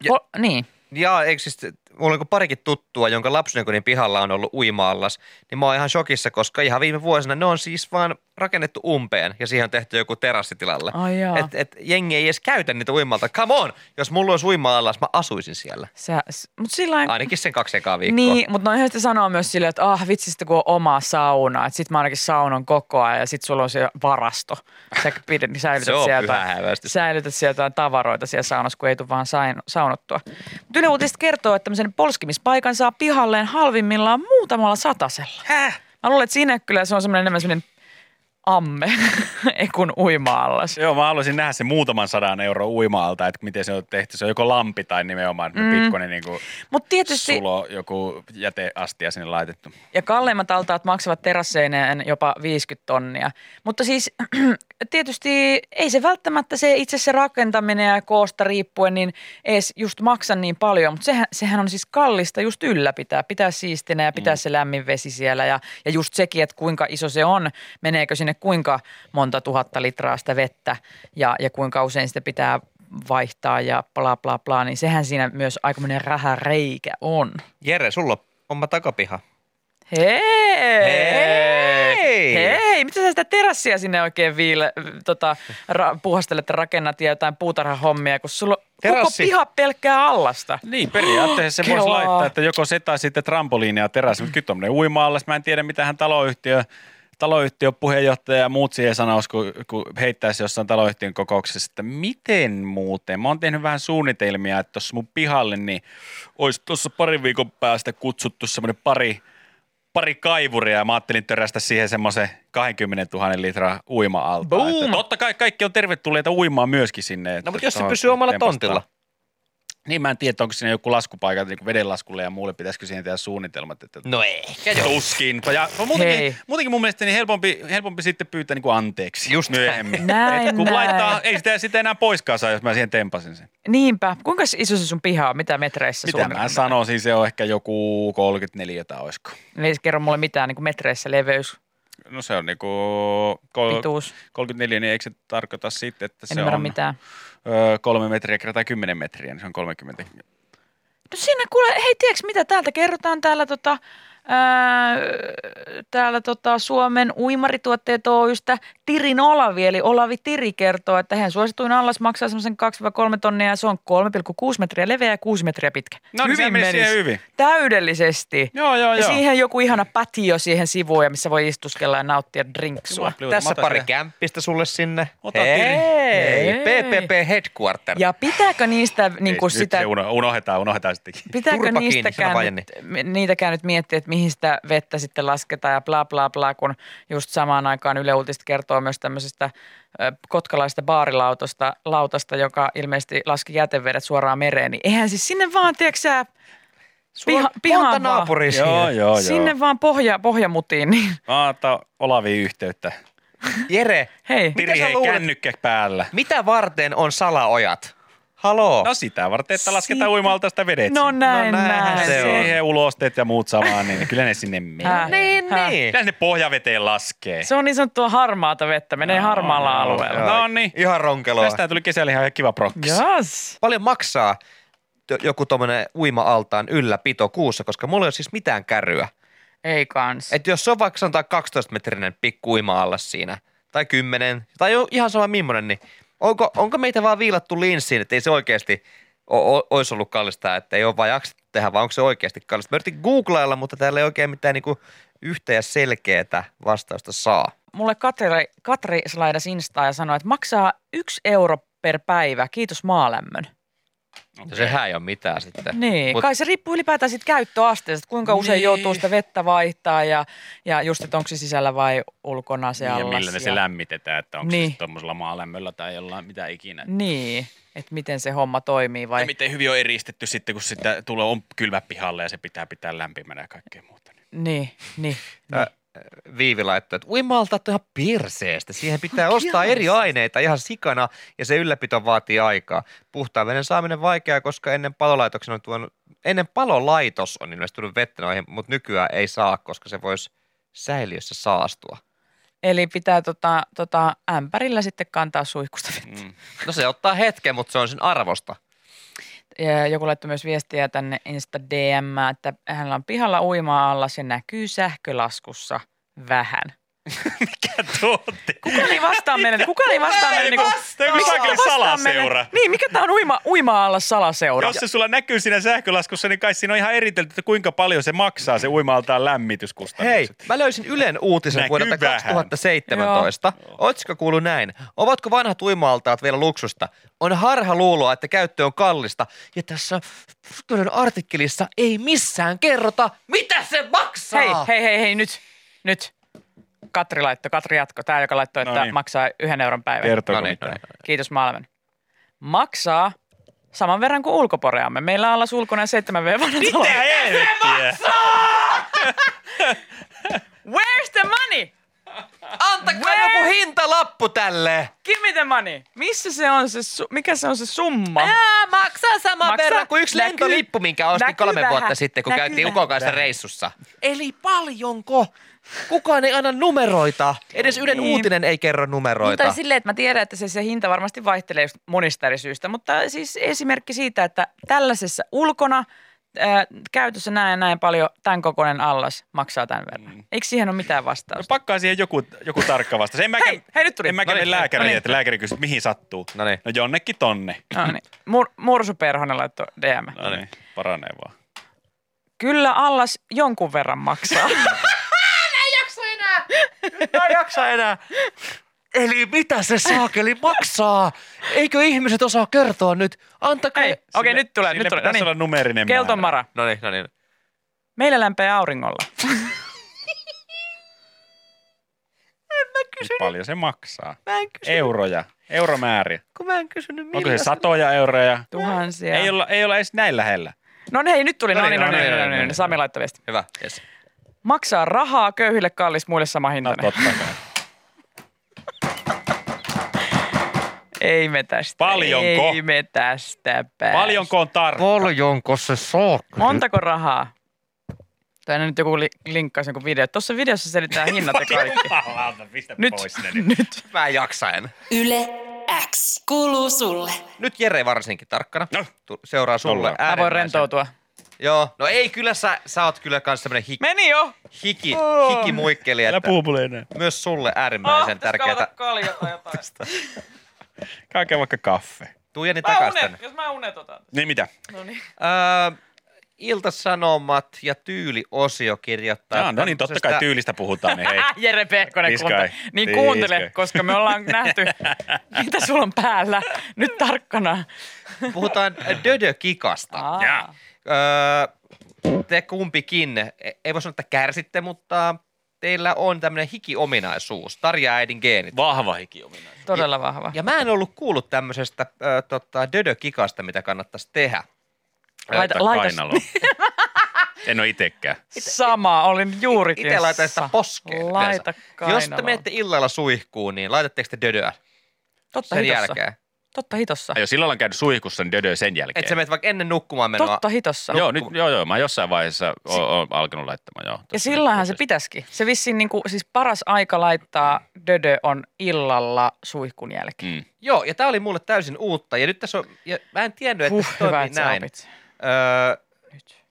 Speaker 4: Ja-
Speaker 3: Hol, niin,
Speaker 4: Jaa, eikö siis, mulla on niin parikin tuttua, jonka lapsuudenkodin pihalla on ollut uimaallas, niin mä oon ihan shokissa, koska ihan viime vuosina ne on siis vaan rakennettu umpeen ja siihen on tehty joku terassitilalle.
Speaker 3: Ai jaa.
Speaker 4: et, et, jengi ei edes käytä niitä uimalta. Come on! Jos mulla olisi uima-allas, mä asuisin siellä.
Speaker 3: sä, mutta sillä
Speaker 4: Ainakin sen kaksi ekaa viikkoa.
Speaker 3: Niin, mutta no yhdestä sanoo myös silleen, että ah vitsi sitten kun on oma sauna, että sit mä ainakin saunon koko ajan ja sit sulla on se varasto. Sä pidät, niin säilytät
Speaker 4: [laughs] Se on
Speaker 3: sieltä.
Speaker 4: pyhä häväistys.
Speaker 3: Säilytät sieltä jotain tavaroita siellä saunassa, kun ei tule vaan sain, saunottua. Mut Yle Uutiset kertoo, että tämmöisen polskimispaikan saa pihalleen halvimmillaan muutamalla satasella. Häh? Mä luulen, että siinä kyllä se on semmoinen enemmän semmoinen amme, [laughs] ei kun uima-allas.
Speaker 5: Joo, mä haluaisin nähdä se muutaman sadan euron uimaalta, että miten se on tehty. Se on joko lampi tai nimenomaan mm. pikkuinen niin kuin
Speaker 3: Mutta tietysti
Speaker 5: sulo, joku jäteastia sinne laitettu.
Speaker 3: Ja kalleimmat altaat maksavat terasseineen jopa 50 tonnia. Mutta siis [clears throat] tietysti ei se välttämättä se itse se rakentaminen ja koosta riippuen niin edes just maksa niin paljon, mutta sehän, sehän on siis kallista just ylläpitää, pitää siistinä ja pitää mm. se lämmin vesi siellä ja, ja just sekin, että kuinka iso se on, meneekö sinne kuinka monta tuhatta litraa sitä vettä ja, ja kuinka usein sitä pitää vaihtaa ja bla bla bla, niin sehän siinä myös aikamoinen rahareikä on.
Speaker 4: Jere, sulla on homma takapiha.
Speaker 3: Hei!
Speaker 4: Hei!
Speaker 3: Hei! Mitä sä sitä terassia sinne oikein viile, tota, ra, puhastelet ja rakennat ja jotain puutarhahommia, kun sulla on koko
Speaker 4: Terassi.
Speaker 3: piha pelkkää allasta.
Speaker 5: Niin, periaatteessa se voisi
Speaker 3: Kelaa.
Speaker 5: laittaa, että joko se tai sitten trampoliinia ja terassi, mutta kyllä tuommoinen uima-allas. Mä en tiedä, mitä hän taloyhtiö, taloyhtiön puheenjohtaja ja muut siihen sanoisi, kun, kun heittäisi jossain taloyhtiön kokouksessa, että miten muuten. Mä oon tehnyt vähän suunnitelmia, että tuossa mun pihalle, niin olisi tuossa parin viikon päästä kutsuttu semmoinen pari, pari kaivuria ja mä ajattelin törästä siihen semmoisen 20 000 litran uima-altaan.
Speaker 3: Boom!
Speaker 5: Että Totta kai kaikki on tervetulleita uimaan myöskin sinne. että
Speaker 4: No, mutta jos se
Speaker 5: tuohon
Speaker 4: pysyy omalla
Speaker 5: tempastaa.
Speaker 4: tontilla.
Speaker 5: Niin mä en tiedä, onko siinä joku laskupaikat niin vedenlaskulle ja muulle, pitäisikö siihen tehdä suunnitelmat. Että
Speaker 4: No ehkä
Speaker 5: Tuskin. Ja no muutenkin,
Speaker 3: Hei.
Speaker 5: muutenkin mun mielestä niin helpompi, helpompi sitten pyytää niin kuin anteeksi.
Speaker 4: Just
Speaker 5: myöhemmin.
Speaker 3: Näin,
Speaker 5: Et kun
Speaker 3: näin.
Speaker 5: laittaa, ei sitä, sitä enää poiskaan saa, jos mä siihen tempasin sen.
Speaker 3: Niinpä. Kuinka iso se sun piha on? Mitä metreissä
Speaker 5: Mitä mä sanoisin, se on ehkä joku 34 tai olisiko.
Speaker 3: Niin ei se kerro mulle mitään niin kuin metreissä leveys.
Speaker 5: No se on niinku kol-
Speaker 3: Pituus.
Speaker 5: 34, niin eikö se tarkoita sitten, että
Speaker 3: En
Speaker 5: se
Speaker 3: ymmärrä
Speaker 5: on
Speaker 3: mitään.
Speaker 5: ö, kolme metriä kertaa 10 metriä, niin se on 30.
Speaker 3: No siinä kuule, hei tiedätkö mitä täältä kerrotaan täällä tota, ää, täällä tota Suomen uimarituotteet Oystä Tirin Olavi, eli Olavi Tiri kertoo, että hän suosituin allas maksaa semmoisen 2-3 tonnia ja se on 3,6 metriä leveä ja 6 metriä pitkä.
Speaker 5: No niin, se meni siihen
Speaker 3: menis.
Speaker 5: hyvin.
Speaker 3: Täydellisesti.
Speaker 5: Joo, joo,
Speaker 3: ja
Speaker 5: joo.
Speaker 3: siihen joku ihana patio siihen sivuun, ja missä voi istuskella ja nauttia drinksua.
Speaker 4: Tässä
Speaker 5: Mä otan
Speaker 4: pari
Speaker 5: sen.
Speaker 4: kämppistä sulle sinne.
Speaker 5: Ota
Speaker 4: Hei.
Speaker 5: tili.
Speaker 4: Hei.
Speaker 3: Hei.
Speaker 4: PPP Headquarter.
Speaker 3: Ja pitääkö niistä niin
Speaker 5: Ei,
Speaker 3: kuin
Speaker 5: nyt
Speaker 3: sitä...
Speaker 5: se uno- unohdetaan, unohdetaan sittenkin.
Speaker 3: Pitääkö
Speaker 4: Turpa kiinni, sano
Speaker 3: niistäkään
Speaker 4: vaan,
Speaker 3: nyt, mi- niitäkään nyt miettiä, että mihin sitä vettä sitten lasketaan ja bla bla bla, kun just samaan aikaan Yle Uutiset kertoo myös tämmöisestä ö, kotkalaista baarilautasta, lautasta, joka ilmeisesti laski jätevedet suoraan mereen, niin eihän siis sinne vaan, tiedätkö sä,
Speaker 4: Sulla
Speaker 3: piha-
Speaker 4: on
Speaker 3: pihaan
Speaker 4: monta
Speaker 3: vaan.
Speaker 4: naapuria siinä.
Speaker 5: Joo, joo, joo.
Speaker 3: sinne vaan pohja, pohjamutiin, niin [laughs]
Speaker 5: Mä otan Olaviin yhteyttä.
Speaker 4: Jere,
Speaker 3: hei. no
Speaker 4: Mitä
Speaker 5: Tiri,
Speaker 4: sä
Speaker 5: hei,
Speaker 4: luulet?
Speaker 5: kännykkä päällä.
Speaker 4: mitä varten on salaojat? Haloo.
Speaker 5: No sitä varten, että lasketaan
Speaker 3: Siitä-
Speaker 5: uimalta sitä vedet
Speaker 3: No
Speaker 5: sinne.
Speaker 3: näin,
Speaker 4: No
Speaker 3: no,
Speaker 4: näinhän
Speaker 3: näin.
Speaker 4: se
Speaker 5: se
Speaker 4: on.
Speaker 5: siihen ulosteet ja muut samaan, niin kyllä ne sinne
Speaker 3: Häh.
Speaker 5: menee.
Speaker 4: niin,
Speaker 3: Häh?
Speaker 4: niin.
Speaker 5: Kyllä ne pohjaveteen laskee.
Speaker 3: Se on niin sanottua harmaata vettä, menee harmaalla alueella.
Speaker 5: Joo. No niin.
Speaker 4: Ihan ronkeloa.
Speaker 5: Tästä tuli kesällä ihan kiva prokkis.
Speaker 3: Yes.
Speaker 4: Paljon maksaa t- joku tuommoinen uima-altaan ylläpito kuussa, koska mulla ei ole siis mitään kärryä.
Speaker 3: Ei kans.
Speaker 4: Et jos se on vaikka sanotaan 12-metrinen pikku uima-allas siinä, tai 10, tai jo ihan sama millainen, niin onko, onko meitä vaan viilattu linssiin, että ei se oikeasti o- o- olisi ollut kallista, että ei ole vaan jaksettu tehdä, vaan onko se oikeasti kallista? Mä yritin googlailla, mutta täällä ei oikein mitään niinku yhtä ja selkeätä vastausta saa.
Speaker 3: mulle Katri, Katri slaidasi Instaa ja sanoi, että maksaa yksi euro per päivä. Kiitos maalämmön.
Speaker 4: Okay. Sehän ei ole mitään sitten.
Speaker 3: Niin,
Speaker 4: Mut-
Speaker 3: Mut, kai se riippuu ylipäätään siitä käyttöasteesta, että kuinka usein
Speaker 5: Niin.
Speaker 3: joutuu sitä vettä vaihtaa ja, ja just, että onko se sisällä vai ulkona se
Speaker 5: Niin, Ja
Speaker 3: allas.
Speaker 5: millä ne se lämmitetään, että onko
Speaker 3: Niin.
Speaker 5: niin. se tuommoisella maalämmöllä tai jollain mitä ikinä.
Speaker 3: Niin, että miten se homma toimii vai...
Speaker 5: Ja miten hyvin on eristetty sitten, kun [laughs] sitä tulee on kylmä pihalle ja se pitää pitää lämpimänä ja kaikkea muuta.
Speaker 3: Niin, niin.
Speaker 4: Tää, Viivi laittoi, että uimalta on ihan perseestä. Siihen pitää ostaa eri aineita ihan sikana ja se ylläpito vaatii aikaa. Puhtaan veden saaminen vaikeaa, koska ennen palolaitoksen on tuonut, ennen palolaitos on investoinut vettä noihin, mutta nykyään ei saa, koska se voisi säiliössä saastua.
Speaker 3: Eli pitää tota, tota ämpärillä sitten kantaa suihkusta vettä.
Speaker 5: Mm.
Speaker 4: No se ottaa hetken, mutta se on sen arvosta.
Speaker 3: Ja joku laittoi myös viestiä tänne Insta DM, että hänellä on pihalla uima alla, se näkyy sähkölaskussa vähän.
Speaker 5: Mikä tuo
Speaker 3: Kukaan ei vastaa meille, kukaan ei vastaa meille. Niinku,
Speaker 5: Mikä
Speaker 3: tää
Speaker 5: on
Speaker 3: vastaa
Speaker 5: salaseura?
Speaker 3: meille? Niin, mikä tämä on uima, uima alla salaseura?
Speaker 5: Jos se sulla näkyy siinä sähkölaskussa, niin kai siinä on ihan eritelty, että kuinka paljon se maksaa se uimaltaan
Speaker 4: Hei,
Speaker 5: lämmityskustannukset.
Speaker 4: mä löysin Ylen uutisen
Speaker 5: Näkyy
Speaker 4: vuodelta
Speaker 5: vähän.
Speaker 4: 2017. Otsikko kuuluu näin. Ovatko vanhat uimaaltaat vielä luksusta? On harha luuloa, että käyttö on kallista. Ja tässä Futuren artikkelissa ei missään kerrota, mitä se maksaa.
Speaker 3: Hei, hei, hei, hei, nyt, nyt. Katri laittoi, Katri jatko, tämä joka laittoi, että
Speaker 5: No niin.
Speaker 3: maksaa yhden euron päivän.
Speaker 5: Kertoo
Speaker 4: No niin, no niin.
Speaker 3: Kiitos Malmen. Maksaa saman verran kuin ulkoporeamme. Meillä on alas ulkona 7 v
Speaker 5: Mitä helvettiä?
Speaker 3: [laughs] Where's the money?
Speaker 4: Antakaa joku hintalappu tälle.
Speaker 3: Give me the money. Missä se on se, su- mikä se on se summa?
Speaker 4: Ää, maksaa saman
Speaker 3: Maksaa.
Speaker 4: verran kuin yksi
Speaker 3: Näkyy-
Speaker 4: lentolippu, minkä ostin
Speaker 3: näkyy
Speaker 4: kolme
Speaker 3: vähän.
Speaker 4: vuotta sitten, kun
Speaker 3: Näkyy
Speaker 4: käytiin
Speaker 3: vähän.
Speaker 4: Ukon kanssa reissussa. Eli paljonko? Kukaan ei anna numeroita. Edes Ylen
Speaker 3: Niin. siis
Speaker 4: uutinen ei kerro numeroita.
Speaker 3: Mutta silleen, että mä tiedän, että se, se hinta varmasti vaihtelee just monista eri syistä, mutta siis esimerkki siitä, että tällaisessa ulkona ää, käytössä näin ja näin paljon, tämän kokoinen allas maksaa tämän verran.
Speaker 4: Mm.
Speaker 3: Eikö siihen ole mitään
Speaker 5: No
Speaker 3: vastausta?
Speaker 5: pakkaa siihen joku, joku tarkka vastaus. En mä
Speaker 3: Hei, hei, nyt tuli.
Speaker 5: En mä
Speaker 3: No
Speaker 5: kävi
Speaker 3: niin,
Speaker 5: lääkäriin,
Speaker 3: no niin.
Speaker 5: että lääkäri kysyy, mihin sattuu.
Speaker 4: No niin.
Speaker 5: No jonnekin tonne.
Speaker 3: No niin. Mur- Mursu Perhonen laittoi DM.
Speaker 5: No niin, paranee vaan.
Speaker 3: Kyllä allas jonkun verran
Speaker 4: [laughs]
Speaker 3: maksaa.
Speaker 4: Mä en jaksa enää. Eli mitä se saakeli maksaa? Eikö ihmiset osaa kertoa nyt? Antakaa.
Speaker 3: Hei, okei, nyt tulee, nyt
Speaker 5: Sille
Speaker 3: tulee. No
Speaker 5: pitäisi olla
Speaker 3: niin.
Speaker 5: numerinen
Speaker 3: Kelton
Speaker 5: määrä.
Speaker 3: Mara.
Speaker 4: No niin, no niin.
Speaker 3: Meillä lämpää auringolla.
Speaker 5: Niin Paljon se maksaa.
Speaker 4: Mä en kysynyt,
Speaker 5: Euroja, euromääriä.
Speaker 3: Niin,
Speaker 4: kun mä en kysynyt
Speaker 5: Onko se satoja euroja?
Speaker 3: Tuhansia.
Speaker 5: Ei olla, ei olla edes näin lähellä.
Speaker 3: No niin, hei, nyt tuli. No niin, no niin, no niin,
Speaker 4: no niin.
Speaker 3: Sami laittoi viesti.
Speaker 4: Hyvä, yes.
Speaker 3: Maksaa rahaa, köyhille kallis, muille sama
Speaker 5: No
Speaker 3: hintainen.
Speaker 5: totta kai.
Speaker 3: Ei me tästä.
Speaker 5: Paljonko?
Speaker 3: Ei me tästä päästä.
Speaker 5: Paljonko on tarkka?
Speaker 4: Paljonko se saakeli?
Speaker 3: Montako rahaa? Tai nyt joku li- linkkaisi jonkun video. Tuossa videossa selitetään hinnat ja kaikki.
Speaker 5: Jumalauta, Ah, pistä
Speaker 3: Nyt,
Speaker 5: pois
Speaker 3: [laughs]
Speaker 5: ne nyt.
Speaker 3: nyt.
Speaker 4: Mä en jaksa enää.
Speaker 2: Yle X kuuluu sulle.
Speaker 4: Nyt Jere varsinkin tarkkana. No. Seuraa sulle
Speaker 5: Ollaan.
Speaker 3: Mä voin
Speaker 4: äärimmäisen-
Speaker 3: rentoutua.
Speaker 4: Joo. No ei, kyllä sä, sä oot kyllä kans semmonen hik,
Speaker 3: Meni jo!
Speaker 4: hiki,
Speaker 3: Oh.
Speaker 4: hikimuikkeli,
Speaker 5: Älä
Speaker 4: että
Speaker 5: puhu mulle enää.
Speaker 4: myös sulle
Speaker 3: Ah,
Speaker 4: äärimmäisen
Speaker 3: pitäisikö
Speaker 4: tärkeää.
Speaker 3: avata kalja tai jotain.
Speaker 5: Kaiken vaikka kaffe.
Speaker 4: Tuu Jeni
Speaker 3: Mä
Speaker 4: takas tänne.
Speaker 3: unet, jos mä unet otan.
Speaker 5: Niin mitä?
Speaker 3: Noniin.
Speaker 4: Öö, Iltasanomat ja tyyliosio kirjoittaa.
Speaker 5: Jaa, no niin,
Speaker 3: siis
Speaker 5: totta kai
Speaker 4: tämmöisestä-
Speaker 5: tyylistä puhutaan. Niin hei.
Speaker 3: Äh, Jere Pehkonen,
Speaker 5: Tiskai.
Speaker 3: kuuntele. Niin
Speaker 5: Tiskai.
Speaker 3: kuuntele, koska me ollaan nähty, mitä sulla on päällä. Nyt tarkkana.
Speaker 4: Puhutaan dödökikasta.
Speaker 3: [laughs] Aa.
Speaker 5: Jaa.
Speaker 4: Öö, te kumpikin, e- ei voi sanoa, että kärsitte, mutta teillä on tämmöinen hikiominaisuus, Tarja äidin geenit.
Speaker 5: Vahva hikiominaisuus.
Speaker 3: Todella vahva.
Speaker 4: Ja mä en ollut kuullut tämmöisestä ö, tota, dödökikasta, mitä kannattaisi teä.
Speaker 3: Laita, laita [laughs]
Speaker 5: Kainaloon. en ole itsekään.
Speaker 3: Sama, olin juuri
Speaker 4: Itse laitan sitä poskeen.
Speaker 3: Laita
Speaker 4: yleensä. Jos te
Speaker 3: kainaloon.
Speaker 4: menette illalla suihkuun, niin laitatteko te dödöä
Speaker 3: Totta
Speaker 4: sen
Speaker 3: hitossa.
Speaker 4: jälkeen?
Speaker 3: Totta hitossa.
Speaker 5: Ai, jos silloin on käynyt suihkussa, niin dödö sen jälkeen.
Speaker 4: Että sä menet vaikka ennen nukkumaan menoa.
Speaker 3: Totta hitossa.
Speaker 5: Joo, nyt, joo, joo, mä jossain vaiheessa oon alkanut laittamaan, joo.
Speaker 3: Ja
Speaker 5: Tässä
Speaker 3: sillähän
Speaker 5: nyt-
Speaker 3: se pitäisikin. Se vissiin niinku, siis paras aika laittaa dödö on illalla suihkun jälkeen.
Speaker 5: Mm.
Speaker 4: Joo, ja tämä oli mulle täysin uutta. Ja nyt tässä on, ja mä en tiennyt, että
Speaker 3: Huh,
Speaker 4: se
Speaker 3: hyvä,
Speaker 4: toimii
Speaker 3: että sä
Speaker 4: näin.
Speaker 3: opit.
Speaker 4: Öö,
Speaker 3: Nyt.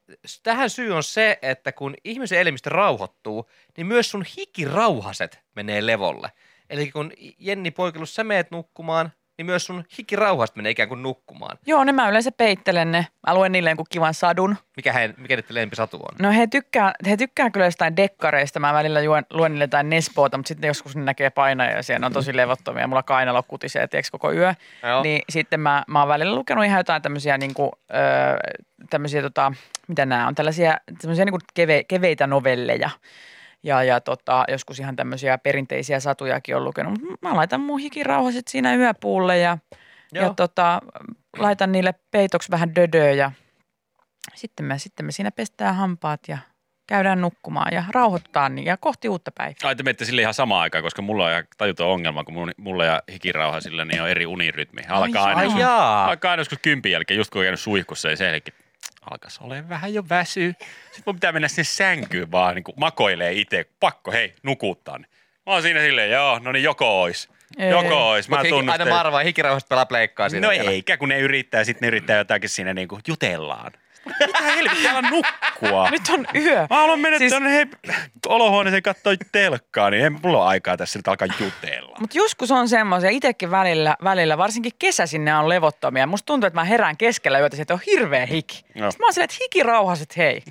Speaker 4: tähän syy on se, että kun ihmisen elimistö rauhoittuu, niin myös sun hikirauhaset menee levolle. Eli kun Jenni Poikelus, sä meet nukkumaan, niin myös sun hikirauhaset menee ikään kuin nukkumaan.
Speaker 3: Joo, ne mä yleensä peittelen ne. Mä luen niille jonkun kivan sadun.
Speaker 4: Mikä, he, mikä niiden lempisatu on?
Speaker 3: No he tykkää, he tykkää kyllä jostain dekkareista. Mä välillä juon, luen niille jotain Nespoota, mutta sitten joskus ne näkee painajaisia. Ne on tosi levottomia. Mulla kainalo kutisee, tieks koko yö.
Speaker 4: Joo.
Speaker 3: Niin sitten mä, mä oon välillä lukenut ihan jotain tämmöisiä, niinku, öö, tämmöisiä tota, mitä nämä on, tällaisia tämmöisiä niinku keve, keveitä novelleja. Ja, ja tota, joskus ihan tämmöisiä perinteisiä satujakin on lukenut. Mut Mä laitan mun hikirauhaset siinä yöpuulle ja, ja
Speaker 4: Joo.
Speaker 3: tota, laitan niille peitoksi vähän dödöä ja sitten me, sitten me siinä pestään hampaat ja käydään nukkumaan ja rauhoittaan niin, ja kohti uutta päivää.
Speaker 5: Ai te menette sille ihan samaan aikaan, koska mulla on ihan tajuton ongelma, kun mun- mulla ja hikirauha sillä niin on eri unirytmi. Alkaa aina,
Speaker 3: ai
Speaker 5: joskus,
Speaker 4: jaa.
Speaker 5: alkaa aina joskus kympin jälkeen, just kun on käynyt suihkussa, ja sen jälkeen alkaisi ole vähän jo väsy. Sitten mun pitää mennä sinne sänkyyn vaan niin kuin makoilee itse, pakko hei nukuttaa. ne. Mä oon siinä silleen, joo, no niin joko ois.
Speaker 3: Ei.
Speaker 5: Joko ois, mä
Speaker 4: Mut hiki- Aina
Speaker 5: tunnustan.
Speaker 4: mä arvaan, hikirauhasta pelaa pleikkaa siinä.
Speaker 5: No
Speaker 4: vielä.
Speaker 5: eikä, kun ne yrittää, sitten ne yrittää jotakin siinä niinku jutellaan. Mitä helvettiä, älä nukkua.
Speaker 3: Nyt on yö.
Speaker 5: Mä haluan mennä
Speaker 3: Siis-
Speaker 5: siis... tuonne hei, olohuoneeseen katsoa telkkaa, niin ei mulla ole aikaa tässä nyt alkaa jutella.
Speaker 3: Mutta joskus on semmoisia, itsekin välillä, välillä, varsinkin kesäsin ne on levottomia. Musta tuntuu, että mä herään keskellä yötä, että on hirveä hiki.
Speaker 5: Joo.
Speaker 3: Sitten mä oon silleen, että hikirauhaset, hei.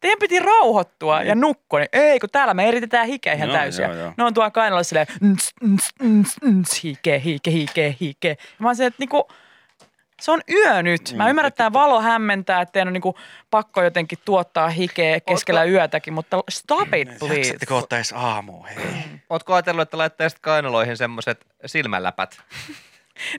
Speaker 3: Teidän piti rauhoittua ja nukkua, niin ei, kun täällä me eritetään hikeä ihan
Speaker 5: Joo,
Speaker 3: täysiä.
Speaker 5: joo, joo.
Speaker 3: Ne on tuolla kainalla silleen, ns, ns, ns, ns, hike, hike, hike, hike. Ja mä oon silleen, että niinku, se on yö nyt.
Speaker 5: Mm,
Speaker 3: Mä ymmärrän, että tämä valo hämmentää, että teidän on niinku pakko jotenkin tuottaa hikeä keskellä yötäkin, mutta stop
Speaker 5: Niin,
Speaker 3: it, please.
Speaker 5: Jaksatteko ottaa edes aamu, hei.
Speaker 4: Ootko ajatellut, että laittaisit kainaloihin semmoset silmäläpät?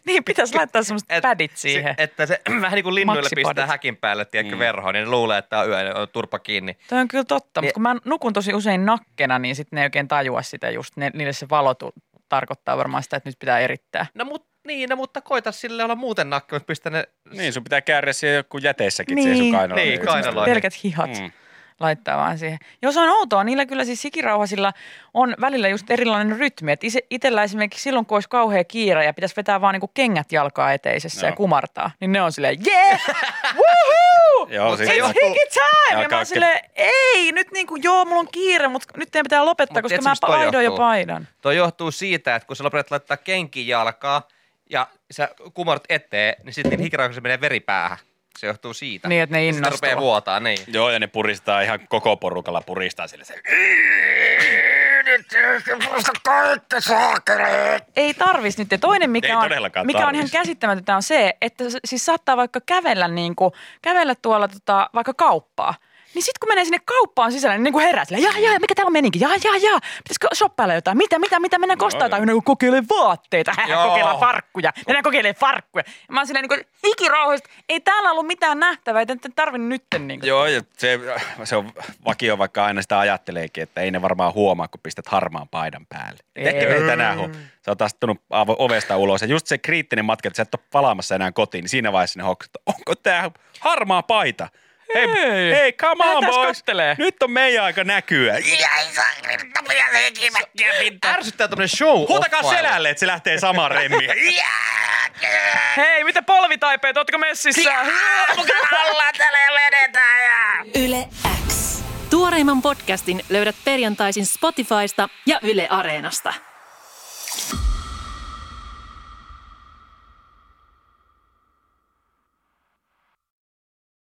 Speaker 3: Niin, pitäisi laittaa semmoiset
Speaker 4: Et-
Speaker 3: pädit siihen.
Speaker 4: Si- että se [clears throat] vähän niin kuin linnuille
Speaker 3: Maksipadit.
Speaker 4: pistää häkin päälle, tiedätkö, mm. verhoon, niin ne luulee, että on yö, ja on turpa kiinni.
Speaker 3: Toi on kyllä totta,
Speaker 4: Niin-
Speaker 3: mutta kun mä nukun tosi usein nakkena, niin sitten ne ei oikein tajua sitä just. Ne, niille se valo tu- tarkoittaa varmaan sitä, että nyt pitää erittää.
Speaker 4: No mut, niin, no, mutta koita sille olla muuten nakki, mutta pistä ne...
Speaker 5: Niin, sun pitää kääriä siihen joku jäteissäkin niin. siihen sun kainaloon.
Speaker 4: Niin,
Speaker 3: kun
Speaker 4: kainaloihin.
Speaker 3: Pelkät hihat mm.
Speaker 5: Mm.
Speaker 3: laittaa vaan siihen. Jos on outoa, niillä kyllä siis sikirauhasilla on välillä just erilainen rytmi. Että itsellä esimerkiksi silloin, kun olisi kauhea kiire ja pitäisi vetää vaan niinku kengät jalkaa eteisessä no. ja
Speaker 5: Joo.
Speaker 3: kumartaa, niin ne on silleen,
Speaker 4: [laughs]
Speaker 3: yeah, woohoo!
Speaker 5: Joo, siis
Speaker 4: Mut
Speaker 5: Mut
Speaker 4: se
Speaker 5: se
Speaker 4: ei
Speaker 3: It's
Speaker 4: johtuu-
Speaker 3: hiki time! Ja mä
Speaker 5: Jalkaa
Speaker 3: oon silleen, ei, nyt niinku, joo, mulla on kiire, mutta nyt teidän pitää lopettaa,
Speaker 4: Mut
Speaker 3: koska
Speaker 4: tiedätkö,
Speaker 3: mä
Speaker 4: mistä toi
Speaker 3: paidoin ja
Speaker 4: johtuu?
Speaker 3: paidan.
Speaker 4: Toi johtuu siitä, että kun sä lopetat laittaa kenkiin jalkaa ja sä kumort eteen, niin sitten hikirauksessa menee veri päähän. Se johtuu siitä.
Speaker 3: Niin, että ne
Speaker 4: Ja sit
Speaker 3: innostuu.
Speaker 4: rupeaa vuotaa, niin.
Speaker 5: Joo, ja ne puristaa ihan koko porukalla puristaa sille se.
Speaker 3: ei tarvis nyt. Ja toinen,
Speaker 5: Ei
Speaker 3: mikä, on,
Speaker 5: todellakaan
Speaker 3: mikä on ihan
Speaker 5: tarvis.
Speaker 3: käsittämätöntä, on se, että s- siis saattaa vaikka kävellä, niin kuin, kävellä tuolla tota, vaikka kauppaa. Niin sitten kun menee sinne kauppaan sisälle, niin, niin kuin herää silleen, jaa, jaa, mikä täällä on meininki, jaa, jaa, jaa, pitäisikö shoppailla jotain, mitä, mitä, mitä, mennään
Speaker 5: Joo,
Speaker 3: kostaa
Speaker 5: joo.
Speaker 3: jotain, no, kokeile vaatteita, [laughs]
Speaker 4: Joo.
Speaker 3: kokeillaan farkkuja, mennään kokeilemaan farkkuja. Ja mä oon silleen niin kuin, hikirauhoista, ei täällä ollut mitään nähtävää, ei te tarvi nytten niin kuin.
Speaker 5: Joo, ja se, se on vakio, vaikka aina sitä ajatteleekin, että ei ne varmaan huomaa, kun pistät harmaan paidan päälle.
Speaker 3: Ei.
Speaker 5: Ehkä ne ei tänään huomaa. Sä oot astunut avo- ovesta ulos ja just se kriittinen matka, että sä et ole palaamassa enää kotiin, niin siinä vaiheessa ne hoksat, onko tää harmaa paita? Hei,
Speaker 3: Hei.
Speaker 5: hei come on
Speaker 3: Lähdetään
Speaker 5: boys,
Speaker 3: kattelee.
Speaker 5: nyt on meidän aika näkyä.
Speaker 4: Ärsyttää tämmönen show
Speaker 5: Huutakaa
Speaker 4: offailu.
Speaker 5: selälle, että se lähtee samaan remmiin.
Speaker 3: Hei, mitä polvitaipeet, ootteko messissä?
Speaker 2: Yle X. Tuoreimman podcastin löydät perjantaisin Spotifysta ja Yle Areenasta.